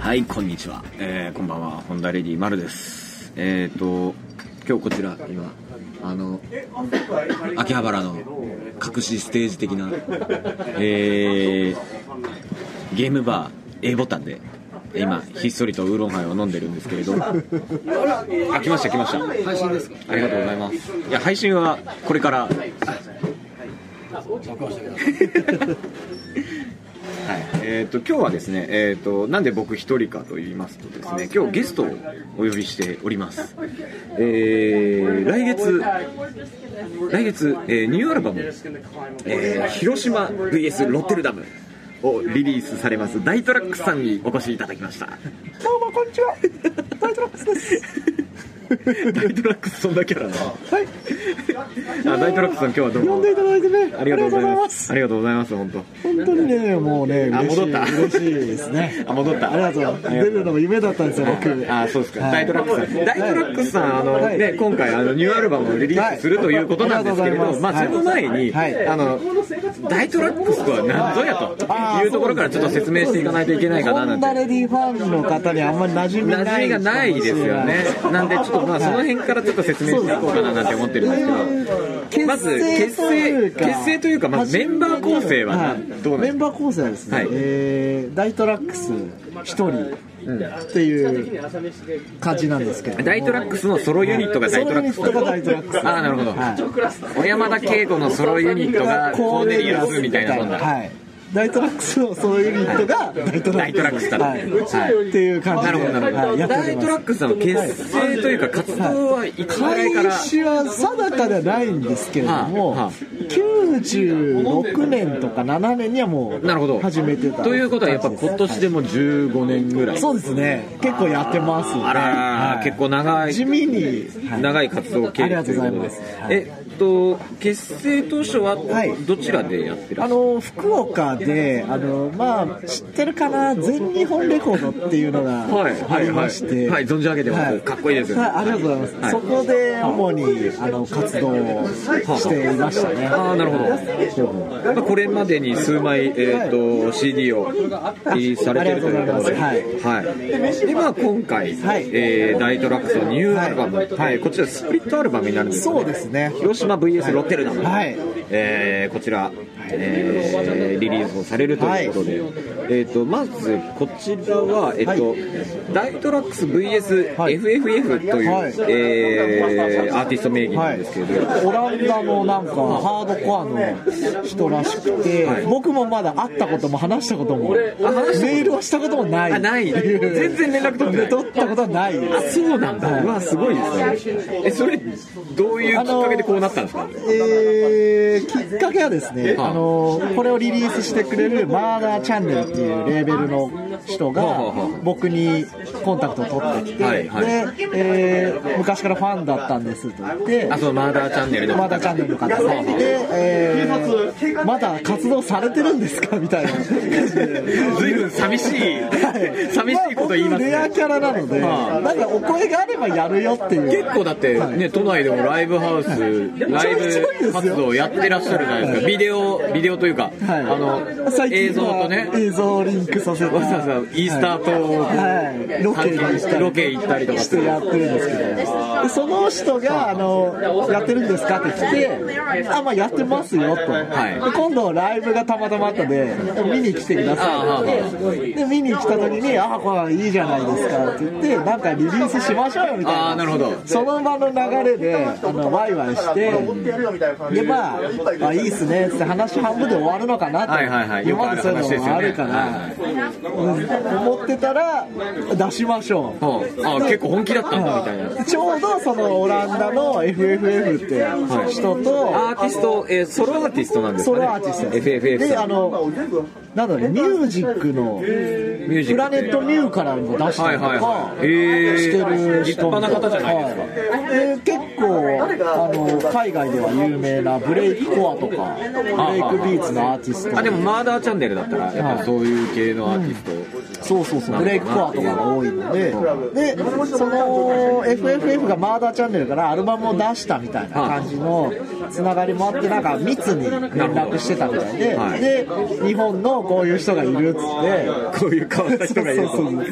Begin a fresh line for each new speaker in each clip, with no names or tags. はいこんにちは、えーこんばんはホンダレディ丸ですえっ、と今日こちら今あの秋葉原の隠しステージ的な、えーゲームバー A ボタンで今ひっそりとウーロンハイを飲んでるんですけれどあ来ました来ました
配信ですか
ありがとうございますいや配信はこれから
録音してくだ
はいえー、と今日はですね、えー、となんで僕一人かと言いますとですね今日ゲストをお呼びしております、えー来月来月、えーニューアルバム「えー広島 VS ロッテルダム」をリリースされます大トラックスさんにお越しいただきましたどうもこんにちは大トラックス です大トラックスそんなキャラなのはいあ大トラックスさん今日はどうも
呼んでいただいてね、
ありがとうございま
あ
すありがとうございます本当
りがとうございます。本当にね、もうね、
あ
嬉しい
戻った
嬉しいですね。
あ戻った
ありがとう。出るのも夢だったんですよ、僕。
あそうですか、
は
大
い
トラックさん、大トラックさん、あの
はい
ね、今回あの、ニューアルバムをリリースするということなんですけれ
は
ど、
い
まあ、
は
そ
い
の前に、
はい
あの大トラックスとは何ぞや
あ
と
ー
いうところからちょっと説明していかないといけないかな
ホ
な
ン
ん
ダ
て。
レディファンの方にあんまり馴染みない。
馴染みがないですよね。なんで、ちょっとまあ、その辺からちょっと説明していこうかななんて思ってるんですけど。
結成
まず結
とい
成
うか
結成というかまずメンバー構成は
はい
どうなんです
メ
か
ンバー構成はですね、
はい
えー、大トラックス一人っていう感じなんですけれども
大トラックスのソロユニットが大トラックス
ソロユニットが大トラックス
ああなるほど、小山田圭吾のソロユニットがコーネリアスみたいなもんだ
はい大トラックスのソロユニットが大トラ
大トラッ
ッ
ク
ク
ス
ス
だ
はいはいっていう感じ
な
で
るほどなるほ
はいや
ど
って
大
おり
ト
ます
ラックスさんの結成というか活動はいつぐらいから
開始は定かではないんですけれども、
はあはあ
96年とか7年にはも
なるほ
う
ど
始めてた
ということはやっぱ今年でも15年ぐらい
そうですね結構やってますね
あらららら
はい
結構長い
地味に、
長い活動経
あり
営
が
と
と
いうう
ご
ことで
ざいますはい
えっと結成当初は
はい
どちらでやってら
あ
っしゃる
の福岡であの、まあ、知ってるかな全日本レコードっていうのが
はいはいはい
ありまして、
はい存じ上げてます
は
かっこいいですよね
はい、ありがとうございます、
はい
そこで主にあの活動をしていましたね
あーなるほど
ど
まあこれまでに数枚、えー、と CD をリリースされてるということで、
ありがとう
はいでまあ、今回、
はい
えー大トラックスのニューアルバム、はいこちらスプリットアルバムになるんですよ
そうですね
広島 VS ロッテルダム、
はい
えーこちら、えーリリースをされるということで、えー、とまずこちらは、えっと
はい
大トラックス VSFFF と
はい
いう、
はい
えーアーティスト名義な
は
ん
い
ですけれど、、
オランダのなんかハードコアの人らしくて、
はい
僕もまだ会ったことも話したことも
あ話したこと
メールはしたこともない
あない全然連絡取ってない
取ったことはない
あそうなんだ、
はいう
わすごいですねえそれどういうきっかけでこうなったんですか
えー、きっかけはですね、
はい
あのこれをリリースしてくれるマーダーチャンネルっていうレーベルの人が
ほうほうほう
僕にコンタクトを取ってきて、
はいはい
でえー昔からファンだったんですと言って
あそのマーダーチャンネルの
まだチャンネルの方で、えー、まだ活動されてるんですかみたいな感じで。
ずいぶん寂しい 寂しいこと言いますね
まあ僕レアキャラなので、
は
なんかお声があればやるよっていう。
結構だって
はい
ね、都内でもライブハウス、ライブ活動やってらっしゃるじゃないですか、ビデオ、ビデオというか、
はい、
あの
最
映
近
像と
は
ね、
映像をリンクさせて
わざわざイースター島を
はい、ロケに行ったり
ロケ行ったりとか
してやってるんですけどでその人があのやってるんですかって来てあまあやってますよと、
い
で今度ライブがたまたまあったんで見に来てくだ
あ
さ
はい
いってで見に来た時にあこれいいじゃないですかって言ってなんかリリースしましょうよみたい
あ
な
あ、なるほど、
その場の流れであのワイワイしてでまああいいっすねっつって話半分で終わるのかなと
はいはいはいよ
今
くあ
ま
る話で
でそういう
すよね
のもあるからうん思ってたら出しましょう。
はああー結構本気だったんだみたいな。
ちょうどそのオランダの FFF って人
ア
と
ーティスト、えーソロアーティストなんですか
ソ
ね
ロアーティストです
FFF
で
さ
あ
ん
のなんだろうねミュージックの
ミュージック
プラネットミューからも出したりと
はい
か
はいはいへー
してる人
立派な方じゃないですか
か、はいで結構あの海外では有名なブレイクコアとかブレイクビーツのアーティスト
あでもマーダーチャンネルだったらやっぱそういう系のアーティスト、
そうそうそうブレイクコアとかが多いのででその FFF がマーダーチャンネルからアルバムを出したみたいな感じのつながりもあってなんか密に連絡してたみたいで、
はい
で日本のこういう人がいるっつって。
こういう変わった人がいると
そうそう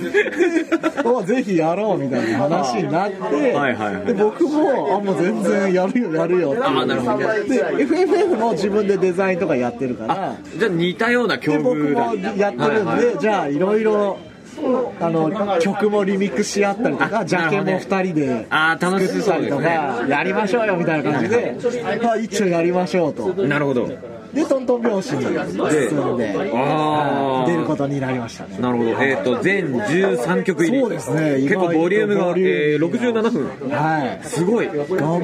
そうおぜひやろうみたいな話になって、
はいはいはい
で僕もあもう全然やるよやるよって
あなるほど
で FFF も自分でデザインとかやってるから
じゃあ似たような境
で僕
遇だ
もやってるんで、
はいはい
じゃあいろいろあの曲もリミックし合ったりと
あ
かジャケも
なるほど
2人で
あー楽し
作った
そう
り
で
と
す
か、
ね
やりましょうよみたいな感じで、まあ、一応やりましょうと
なるほど
でトントン拍子に進んで
あー
出ることになりましたね
なるほど、えっ、と、全13曲入り。
そうですね意
結
外と
構ボリュームが、
ボリュ
えー、
ームが
67分。
はい
すごい。
頑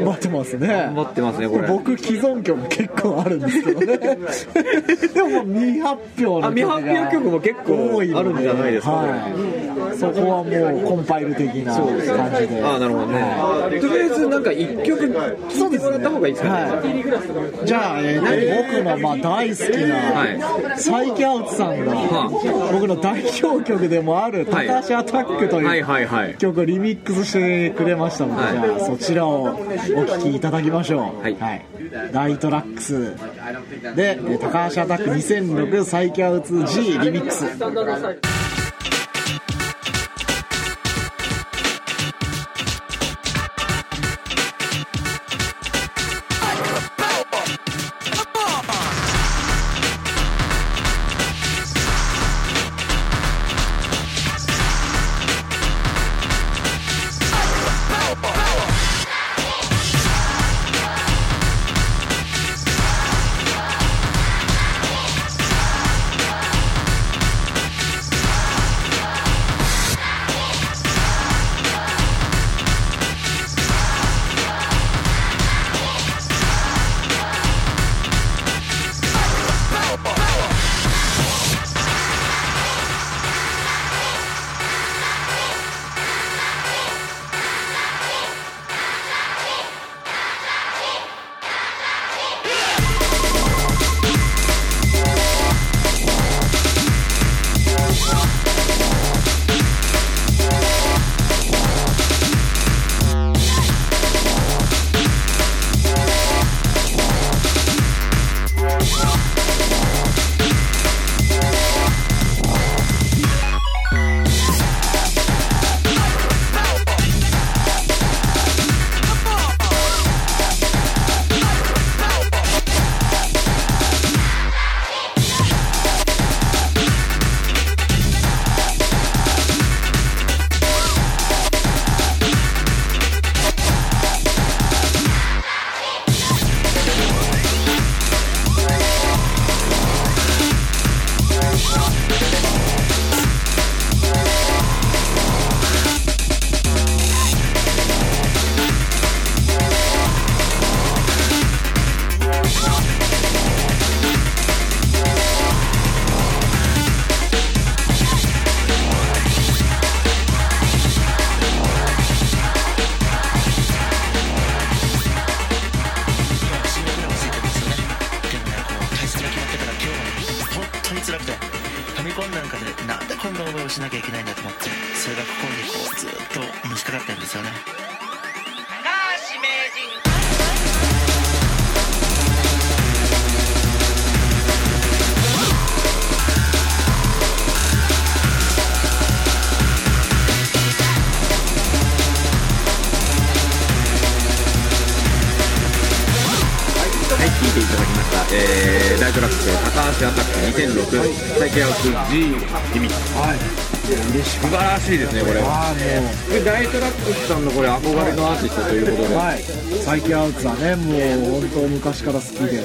張ってますね頑
張ってますねこれ
僕既存曲も結構あるんですけどねでももう未発表の曲が
あ未発表曲も結構
多いので
あるんじゃないですか
はい、そこはもうコンパイル的な感じで
ああ、なるほどね。とりあえず、なんか1曲聴いてもらった方がいいですかね。
はい、じゃあ、えーと僕のまあ大好きな、
は
サイキャウツさんが、僕の代表曲でもある「高
はい
橋アタック」という、
はいはいはい
曲をリミックスしてくれましたので、
はい
じゃあそちらをお聴きいただきましょう、
はい
ライトラックスでえー「高橋アタック2006サイキャウツ G リミックス」
今は死ぬぐらい忘れてますよねでもねこう解散が決まってから今日は本当に辛くてファミコンなんかでなんでこんな思いをしなきゃいけないんだと思ってそれがここにこうずっとのしかかってるんですよね
はい、聴いていただきました。えー、ライトラックス、高橋アタック2006、サイケアウス G、君。はい。素晴らしいですね、これは。
あーもう
で、ライトラックスさんのこれ、憧れのアーティストということで。
はい、最近アウツはねもう本当昔から好きで、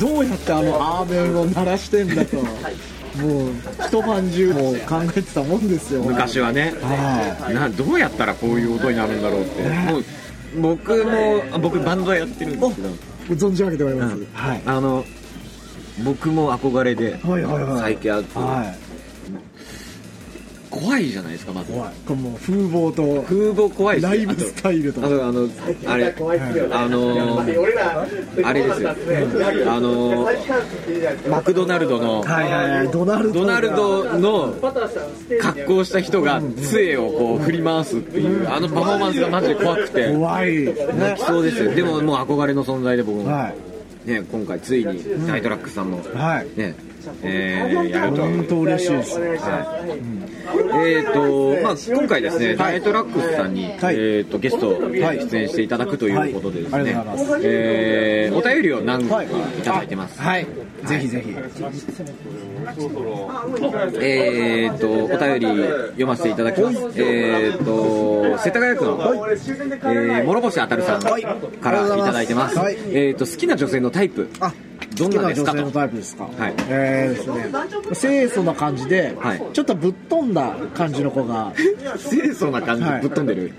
どうやってあのアーメンを鳴らしてんだともう一晩中もう考えてたもんですよ
昔はね。
は
などうやったらこういう音になるんだろうって、もう僕もあ僕バンドやってるんですけど、
い存じ上げております、
うん
はい
あの僕も憧れで、
はいはいはい
最近あって、
はい
怖いじゃないですかまず
怖いこれもう風貌と
風貌怖いし
ライブスタイルと
あとあのあれあのあれですよあのマクドナルドの
はいはいはいドナルド
ドナルドの格好した人が杖をこう振り回すっていうあのパフォーマンスがマジで怖くて
怖い
泣きそうですよでももう憧れの存在で僕も
は
ね今回ついにタイトラックスさんも
いはい
ねえーやると
本当嬉しいです
えーとまあ、今回ですね、ナイトラックスさんに、
はい
えー、とゲスト出
はい
演していただくということでですね、
はいありがとうございます
えーお便りを何個かいただいてます、
はいぜひぜひ
えー、とお便り読ませていただきます、えー、と世田谷区の、えー、諸星あたるさん
はい
からいただいてます、
はい
えー、と好きな女性のタイプ
あ
どんなですか
好き
と
女性のタイプですか、
はい
えーですね清楚な感じで、
はい
ちょっとぶっ飛んだ感じの子 が
清楚な感じ
はい
ぶっ飛んでる、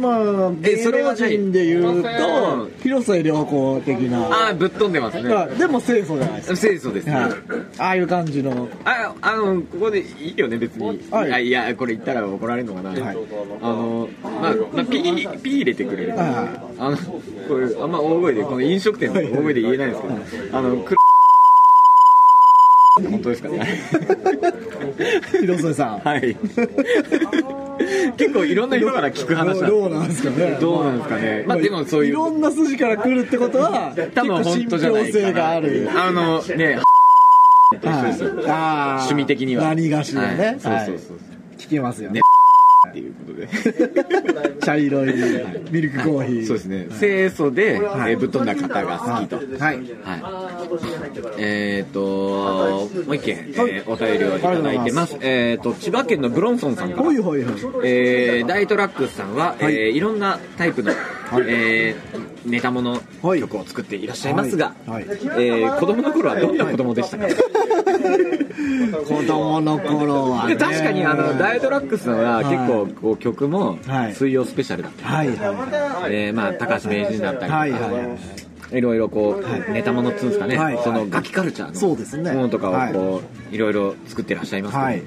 まあ
え
芸
それは
能
何
人でいう
う
と
ん
広末涼子的な
ああぶっ飛んでます
ま
ね
あでも清楚じゃないです
清楚です
か、
ね、
はい、ああいう感じの
ああのここでいいよね別に、
はい
あいやこれ言ったら怒られるのかな、
はい
あのまあ、まあ、ピーピー入れてくれる、
はい
あのこれあんま大声でこの飲食店の大声で言えないんですけど、あの黒本当ですかね
広末さん、
はい結構いろんな人から聞く話なん
どうなんですかね
どうなんですかねまあでもそういう
ろんな筋から来るってことは
多分本当じゃない
結構信憑
か
性が
な
ある
あのねと一緒ですよ
はいあー
趣味的には
何がしらね、
はいそうそうそう、
はい聞けますよね
ねっていうことで
茶色いミルクコーヒー
そうですね、清楚で、
はい
えーぶっ飛んだ方が好きと、
は
は
い
い、えっ、ー、ともう一件、えーお便りをいただいてますえっ、ー、と千葉県のブロンソンさんから
ほいほいほい
えー、ダイトラックスさんは、
はい
いえーいろんなタイプの、えーネタもの
はい
曲を作っていらっしゃいますが、
はいはい
えー子供の頃はどんな子供でしたか、
子供の頃はね
で確かにあのダイトラックスさんは結構
はい
こう曲も
はい
水曜スペシャルだったり、
はいは
えーまあ、高橋名人だったりと
い
か、
はいはい
ろいろこう、ネタものっつうんですかね、
はい
そ
は
の
い
ガキカルチャー
そうですね
のものとかをこう、い、ろいろ作ってらっしゃいま
い
すけど、
はい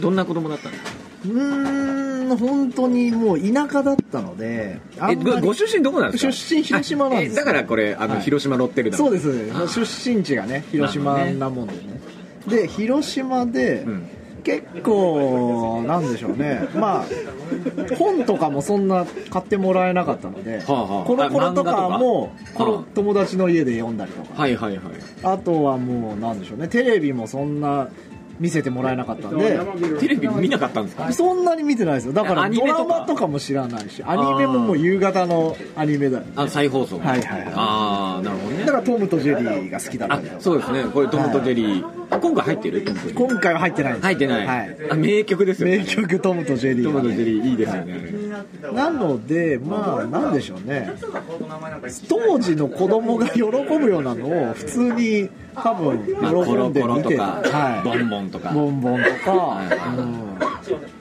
どんな子供だったんですか
うーん本当にもう田舎だったのであ
え
んま
ご
り
ご出身どこなんですか
出身広島なんです
あえだからこれあの、
はい
広島ロッテルダム
そうです出身地がね広島なもんでねで広島で、
ん
結構なんでしょうねまあ本とかもそんな買ってもらえなかったので、
あはあ
コロコロ
あ漫画と
とかも
か
こ
はあ
の友達の家で読んだりとか
はいはいはい
あとはもうなんでしょうねテレビもそんな見せてもらえなかったんで
テレビ見なかったんですか
そんなに見てないですよだか
ア
ら
ニ
ド
メとか
ラマとかも知らないしアニメももう夕方のアニメだ
あ再放送
はいはいはい
ああなるほどね
だからトムとジェリーが好きだった
あ
りとか
そうですねこれトムとジェリー、あ今回入ってるトムとジェリー
今回は入ってないです
入ってない、
はい
あ名曲ですよね
名曲「トムとジェリ
ト
ー
ム
が
とジェ
ね」
リーいいですよね、あれ
なのでまあなんでしょうね当時の子供が喜ぶようなのを普通に多分
まあ、コ
喜
ロ
んで
コロ
見
と
て
か、
た
ボ
は
ンボンと
い
か
ボンボンと
は
か
い
うん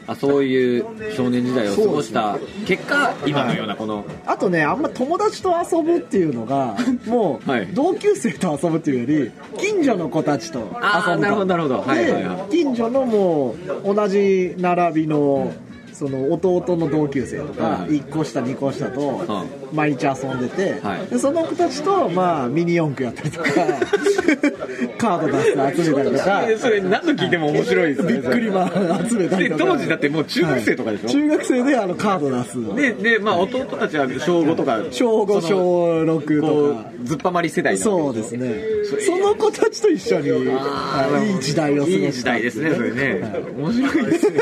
あそういう少年時代を過ごした結果今のようなこの、
あとねあんま友達と遊ぶっていうの がもう、
はい
同級生と遊ぶっていうより近所の子たちと遊ぶ
あーなるほどなるほどはいはいはい
で近所のもう同じ並びの、その弟の同級生と
はい
か
はい
1個下2個下と
は
毎日遊んでて、
はい
でその子たちとまあミニ四駆やったりと かカード出して集めたりとか
えそれ何度聞いても面白いですね
ビックリマン集めたり
で
とか
当時だってもう中学生とかでしょ、
中学生であのカード出す
ででまあ弟たちは小5とか
小5
その
小6と
こ
か
うずっぱまり世代な
そう
わけ
ですね。その子たちと一緒に、
あ
あ
ー
いい時代を過ごした。
いい時代ですねそれね面白いですね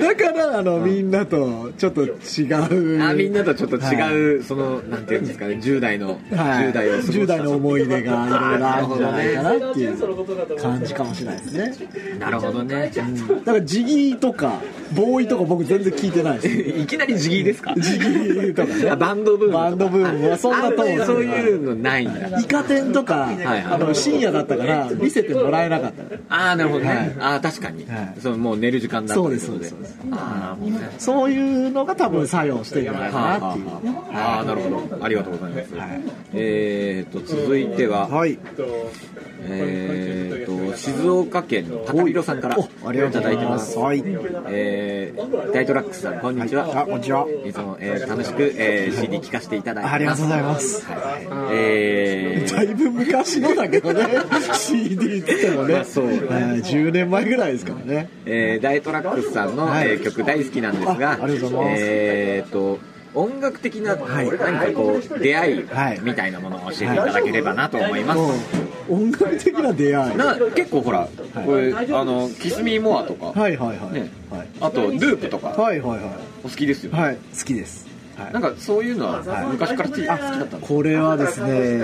だから、あの、みんなとちょっと違う。
あみんなとちょっと違う、そのなんていうんですかね10代の、
はい、
10代を過ごした
10代の思い出がいろいろあるんじゃないかなってい
その
う
ことだと思う
感じかもしれないですね。
なるほどね、
だから、ジギーとか、ボーイとか僕全然聞いてないです。
いきなりジギーですか
ジギーとかね
あバンドブームとか
バンドブームはそんなと
あんまりそう
う。
いうのないんだ
イカ天とか、
はい
あの深夜だったから見せてもらえなかったから
ああなるほどね、
はい
ああ確かに、
はい
そのもう寝る時間だった
そうですそうですそうです
ああもうね
そういうのが多分作用してるんじゃないかなっていう、
ああなるほどありがとうございます、えー、と続いては、
はい。
えー、と静岡県の高広さんから
ありがとうございます。はい。
えー、大トラックスさんこんにちは、
あ、こんにちは。
いつも、えー楽しく、えー CD 聴かせていただいて
ありがとうございます。
ます、えー
だいぶ昔のだ けどね、CD って言っても
ま
ね、
あそう
えー10年前ぐらいですからね。
えー、大トラックスさんの、
はい
えー曲大好きなんです
あ
が
ありがとうございます
えー、と音楽的な、何かこう出会い
はい
みたいなものを教えていただければなと思います、
うん音楽的な出会い。
な結構ほらこれあの「キスミーモアとか、
はいはいはい。
ね
はい
あと「ループとか
はいはいは
お好きですよ
い。
ね、
はい、好きです。はい
なんかそういうのは昔から好き好きだったんです
これはですね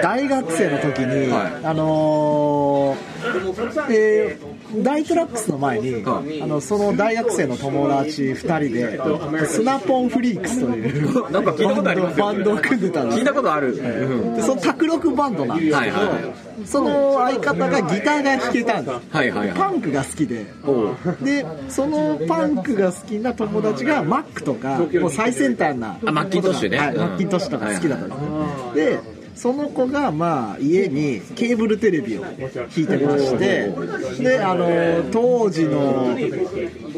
大学生の時に、
はい
あのーえー大トラックスの前に、
はい
あのその大学生の友達2人でスナポンフリークスという
なんか聞いたことありますよ
バンドを組んでたんです
聞い
よ
たことある、うん
でその卓録バンドなんですけど、
はいはいはい
その相方がギターが弾けたんです
はいはい
パ
は
ンクが好きで
いおう
でそのパンクが好きな友達がマックとかもう最先端な
あマッキントッシュね
はい
うん
マッキントッシュとか好きだったんですね、でその子がまあ家にケーブルテレビを引いてましてであの当時の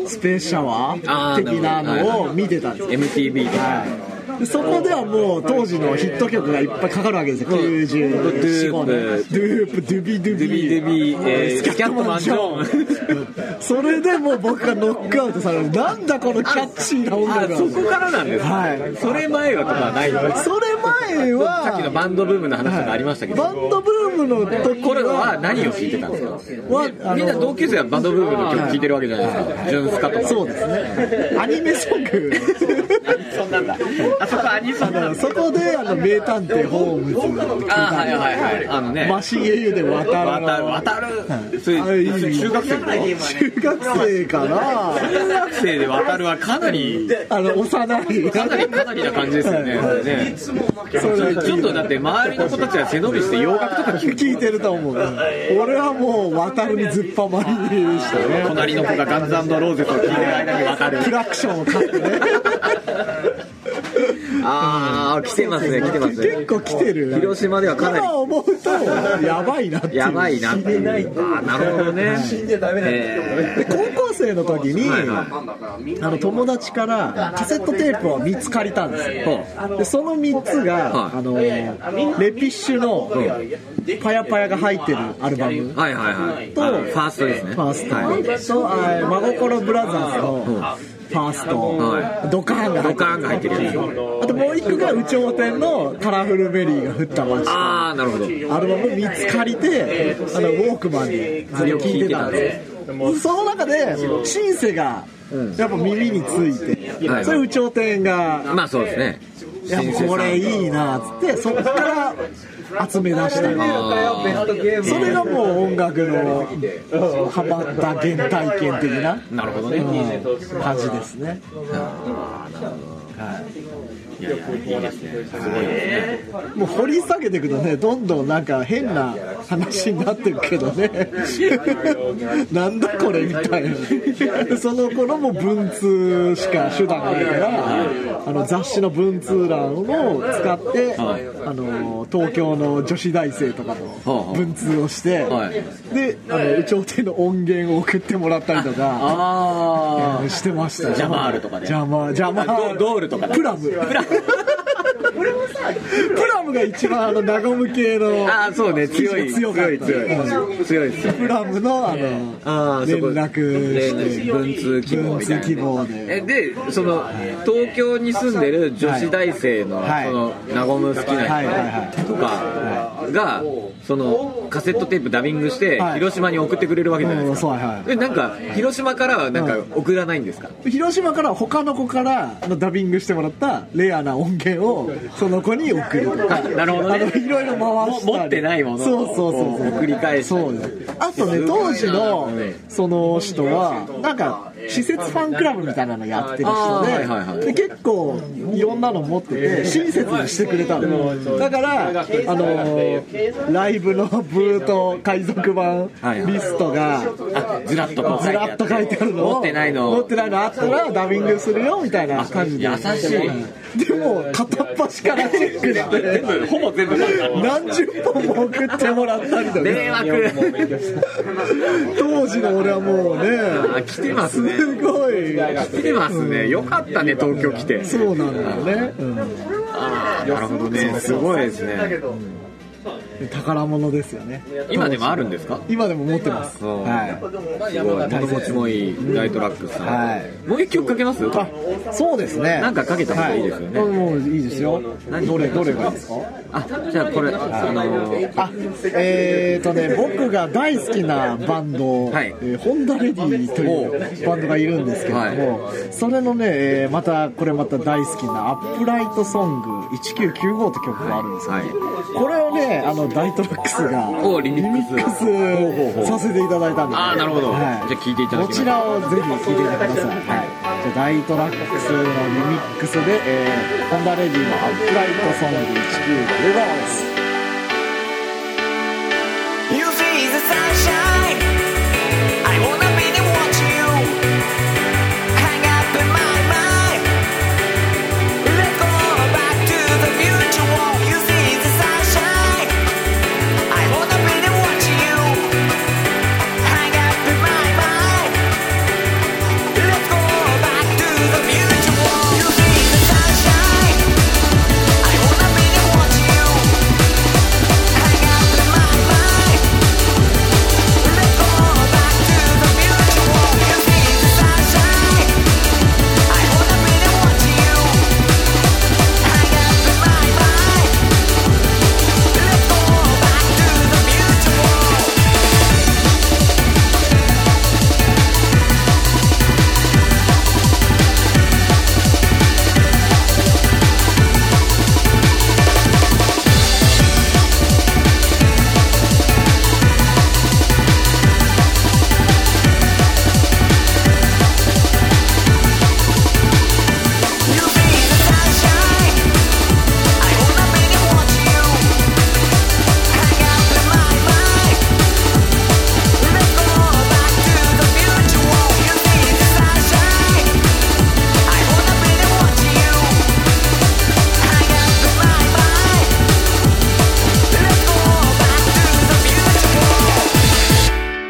スペースシャワ
あ
ー
ー
的な
なるほど
のを見てたんですよ
MTV とか
でそこではもう当時のヒット曲がいっぱいかかるわけですよ、
ド
94
ゥープ
年、ドゥープ、ドゥビドゥビ、
デビデビ、えー、スキャットマンジョーン
それでもう僕がノックアウトされるなんだこのキャッチーな音
あ
楽
そこからなんですね、
はい
それ前はとかはないの
それ前は
さっきのバンドブームの話がありましたけど、
バンドブームの時
これは何を聴いてたんですか
はあの
みんな同級生はバンドブームの曲聴いてるわけじゃないですか、ジュンスカとか
そうですねアニメソング
そうなんだあそこアニソンなん
そこであの名探偵ホームズ
あはいはいはいあのね
マシン英雄で渡るの
渡る渡るそれ
あいい
中学生とか
中学生から
中学生で渡るはかなり
あの幼い
かなりかなりな感じですよね,、
はい
ね
それ
ちょっとだって周りの子たちは背伸びして洋楽とか聴
聞いてると思う俺はもう渡るにずっぱまりでしたね
隣の子がガンズローゼスを聴いてる間に渡る
クラクションを買ってね
ああ来てますね来てますね
結構来てる
広島ではかなり
今思うとやばいなっていう
やばいなっていうああなるほどね死んじゃダメなん
で高校生の時に、
はい
あの友達からカセットテープを3つ借りたんですよ、でその3つが、
はい
あのレピッシュの「パヤパヤ」が入ってるアルバム
はいはいはい
と
あのファーストですね
ファースト、
はい
とあー真心ブラザーズの
うん
ファースト、
はい
ドカーンが入
ド
って
カ
る
ーンが入ってるやつ
あともう一個が「有頂天」の「カラフルメリーが降った街」
ああなるほど
アルバム3つ借りてあのウォークマンでそれを聴いてたんですよその中でシンセがやっぱ耳について、
はい
それ有頂天が
まあそうですね
「いやこれいいな」っつってそっから集め出したの
あー
それがもう音楽のハマった原体験的な
なるほどね
うん感じですね
いやいやいいですね
もう掘り下げていくとねどんどんなんか変な話になってるけどねなんだこれみたいなその頃も文通しか手段がないからあの雑誌の文通欄を使ってあの東京の女子大生とかの文通をして
はい
であの有頂天の音源を送ってもらったりとか
ああ
してましたよ
ジャマールとかで
ジャマージャマ
ド
ー
ドールとかだ
プラムプラムが一番あのナゴム系の
ああそうね強い
強かった
強い強い強いですよ
プラムのあの
ああそこ
連絡して
連文通希望
文
みたい
通
な
希望
え
で
でその東京に住んでる女子大生の、
はい
そのナゴム好き
はいはい
な
は
人とかがそのカセットテープダビングして
はい
広島に送ってくれるわけじゃないです
うん
か、
そうはいはい
でなんか広島からはなんか送らないんですか、
広島から他の子からあのダビングしてもらったレアな音源をその子に送るとか
なるほどね
あのいろいろ回したり
も持ってないもの
そうそうそうそう
こう繰り返したり
そうですあとね当時の
うん
その人はなんか施設ファンクラブみたいなのやってる人で,、
あーはいはいはい
で結構いろんなの持ってて親切にしてくれたの、だからあのーライブのブーと海賊版
はいはい
リストが
あずらっとこう
ずらっと書いてあるのを
持ってないの
持ってないのあったらダビングするよみたいな感じで
優し
でも片っ端からチェックして
ほぼ全部
何十本も送ってもらったりとか
迷惑
当時の俺はもう
あ
ね
来てますね
すごい
来てますねよかったね東京来て
そうなんだよね、
あーなるほどねすごいですね
うん、宝物ですよね
今でもあるんですか
今でも持ってます
そう
は
すごい物持ちもいい大トラックさん、
はい
もう一曲かけます
いそうですね
なんかかけた方がいいですよね
はいもういいですよ
何
どれどれがいいですか
あじゃあこれあのー
あえーとね僕が大好きなバンド、
はい
えーホンダレディというバンドがいるんですけども、
は
それのね、えーまたこれまた大好きな「アップライトソング1995」って曲があるんですよね、
はい
これをねあの大トラックスが
おリミックス
リミックスさせていただいたんです
あーなるほどじゃあ聞いていただきま
こ
す
ちらをぜひ聴いてみてください、はい、じゃあ大トラックスのリミックスで、えーホンダレディの「アップライトソング1995」です
You see the sunshine. I wanna be there watching you. Hang up in my mind. Let's go back to the future. Won't you see the sunshine? I wanna be there watching you. Hang up in my mind. Let's go back to the future. Won't you see the sunshine? I wanna be there watching you. Hang up in my mind. Let's go back to the future. Won't you see the sunshine? I wanna be there watching you. Hang up in my mind. Let's go back to the future. 「あいおなめでもちよ」「はがってまいまい」「レッドバックトゥーザフューチャー」「ゆうせいでサンシャイン」「あいおなめでもちよ」「はがってまいまい」「レッドバックトゥーザフューチャー」「ゆうせいでサンシャイン」「あいおなめでもちよ」「はがってまいまい」「レッドバックトゥーザフューチャー」「ゆうせいでサンシャイン」「あいおなめでもちよ」「はがってまいまい」「レッドバックトゥーザフューチャー」「ゆうせいでサンシャイン」「あいおなめでもちよ」「はがってまいまい」「レッドバックトゥーザフューチャー」「ゆうせいでサンシャイン」「あいおなめでもちよ」「はがってまいまい」「レッドバックトゥーザフューチャー」「ゆうせいでサンシャイン」「あいおなめでもちよ」「はがってまいまい」「レッドバックトゥーザフューチャー」「ゆうせいでサンシャイン」「あいおなめでもちよ」「はがってまいまい」「レッドバック Hang up in my mind. Let's go back to the mutual. You need the sunshine. I wanna be the one to you. Hang up in my mind. Let's go back to the mutual.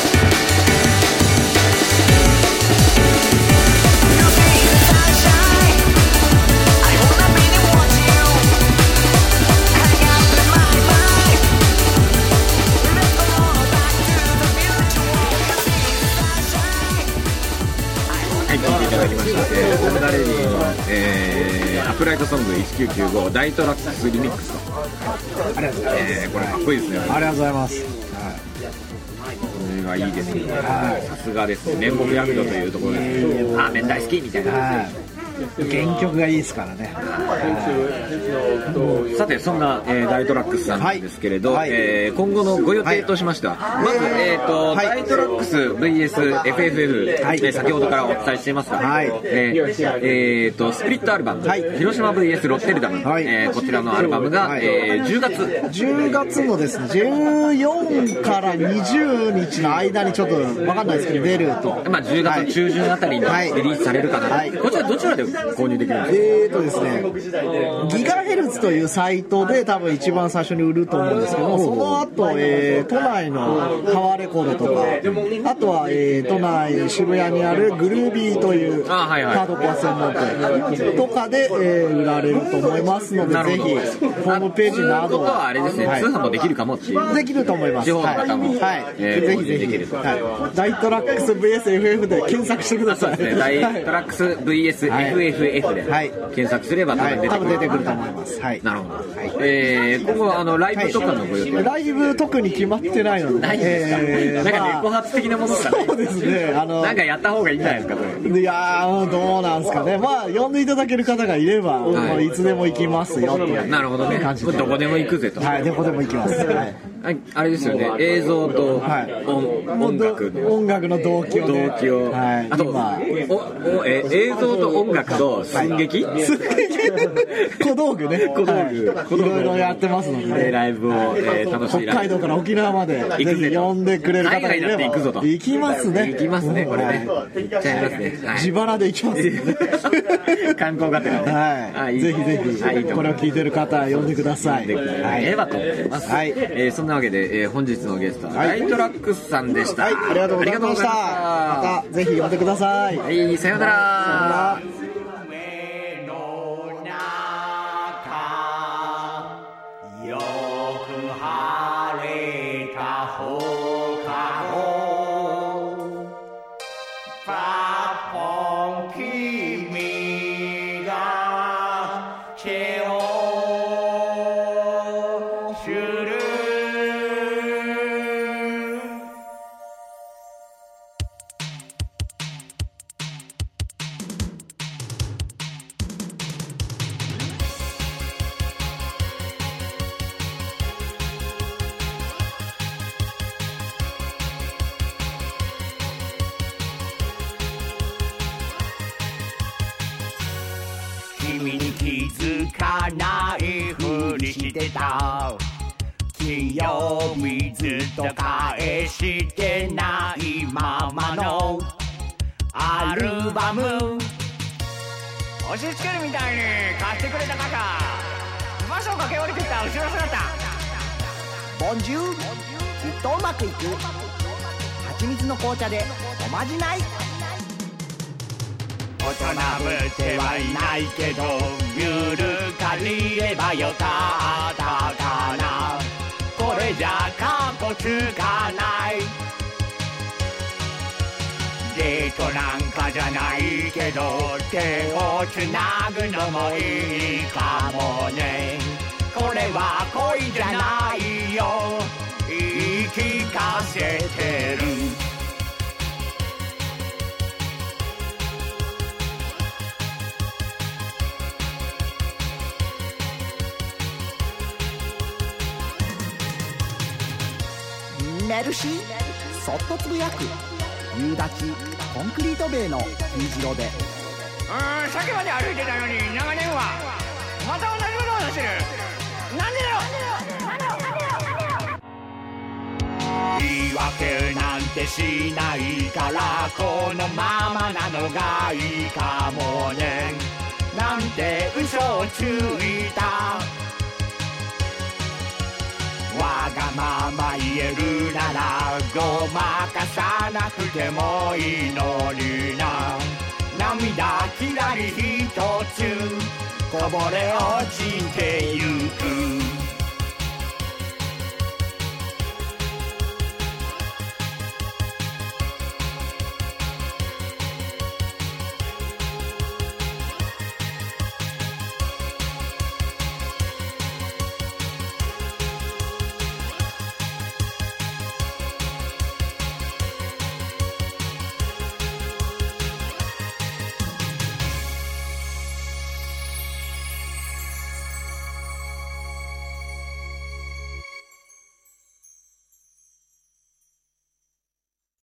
「I wanna be the one you」「Hang up in my mind」「Let's go back to the mutual」「You see the sunshine」
はい、聞いていただきました。えー、オムラレディの、えー、アップライトソング1995大トラックスリミックスと。
ありがとうございます。
えー、これかっこいいですね。
ありがとうございます。
これはいいですね。さすがですね。面目躍度というところですね。ラーメン大好きみたいな。
はい。原曲がいいですからね。
さてそんな、えー、大トラックスさんなんですけれど、
はいはい
えー今後のご予定としましては、まず、えーと
はい
ダイトラックス VSFFF、
はい
えー先ほどからお伝えしていますが、
はい
えーえーとスプリットアルバム、
はい
広島 VS ロッテルダム、
はい
えーこちらのアルバムが、
はい
えー10月
10月のですね、14から20日の間にちょっとわかんないですけど、出ると。
まあ、10月中旬あたりに
はい
リリースされるかな、
はい
こちらどちらで購入できるんですか
えーとですね、ギガヘルツというサイトで多分一番最初に売ると思うんですけど、その後、えー都内のタワーレコードとか、あとは、えー都内渋谷にあるグルービーという
あはいはい
ハードコア専門店とかで、えー売られると思いますの
な
で、
る
ぜ
ほど
ひホームページな
と
ど
いうことはあれですね、
はい
通販もできるかもっていう
できると思います。
地方の方も
はい。はい
えー
ぜひぜ
購入できる
ひ。
と
はい。大トラックス VSFF で検索してくだ
そう
さ
で
い。
すね、ダイトラックス VSFFF、 FFF で
はい
検索すれば多
は
分出て
い、多
く
分
る,、
出てくると思います。はい。
なるほど、えー、今後あのライブとかのご予定は
ライブ特に決まってないので、
ないんですか、
え
な
ー
んか
まあ
猫発的なものとかない
そうですね、あの
なんかやった方がいいんじゃないですかこれ
いやー、どうなんですかね、まあ、呼んでいただける方がいれば、いまあ、いつでも行きますよっていう
なるほどね
感じ
どこでも行くぜと、
はい、どこでも行きます。はい
ああれですよね映像と音,、
はい
音楽の
音楽の動機をね、
動機を、
はい、
あと
今
おおえ映像と音楽と寸劇、
小道具ね、
小道具
はいいろいろやってますの で
で
ね、
ライブを、えー楽しい
北
ライ
海
ブ
道から沖縄まで
行く
ぜ
ぜ
ひ呼んでくれる方がい
海
れば
外だって行くぞと
行きますね
行きますねこれね
はい
行っちゃいますね、はい
自腹で行きますね
観光がてらねあ
はいい
い
ぜひ
あい
ぜ
い
ひ
と
こ
思
れ
い
を
ます
聞いてる方は呼んでくださいは
えれ
い
ばと思ってます、
はい
えーそんなわけで、えー本日のゲストは
はい
ライトラックスさんでした、
はいありがとうございました
ありがとうございました
またぜひ呼んでくださいさよ
はい、さような
な
ら。
ら
君に気づかないふりしてた金曜日ずっと返してないままのアルバム押し付けるみたいに貸してくれた方場所を駆け下りてきた後ろ姿
ボンジュールきっとうまくいく蜂蜜の紅茶でおまじない
大人ぶってはいないけどミュール借りればよかったかなこれじゃかっこつかないデートなんかじゃないけど手をつなぐのもいいかもねこれは恋じゃないよ言い聞かせてる
メルシーそっとつぶやく夕立コンクリート塀の虹色で
うーんさっきまで歩いてたのに長年はまた同じことをしてるなんでだよ言い訳なんてしないからこのままなのがいいかもねなんて嘘をついたわがまま言えるならごまかさなくてもいいのにな涙きらりひとつこぼれ落ちてゆく